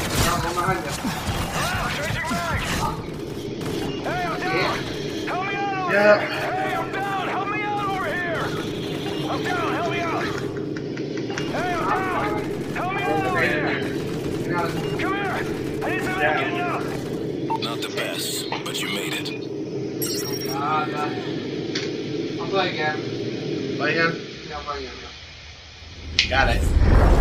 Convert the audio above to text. behind you. Ah, changing mag. Hey, I'm down. Help me out over Yeah. here. Hey, I'm down. Help me out over here. I'm down. Help me out. Hey, I'm down. Help me out over here. Get out of Come here. I need some help getting up. Not the best, but you made it. Ah, no. I'll play again. Play him. Yeah, I'll play again. Got it.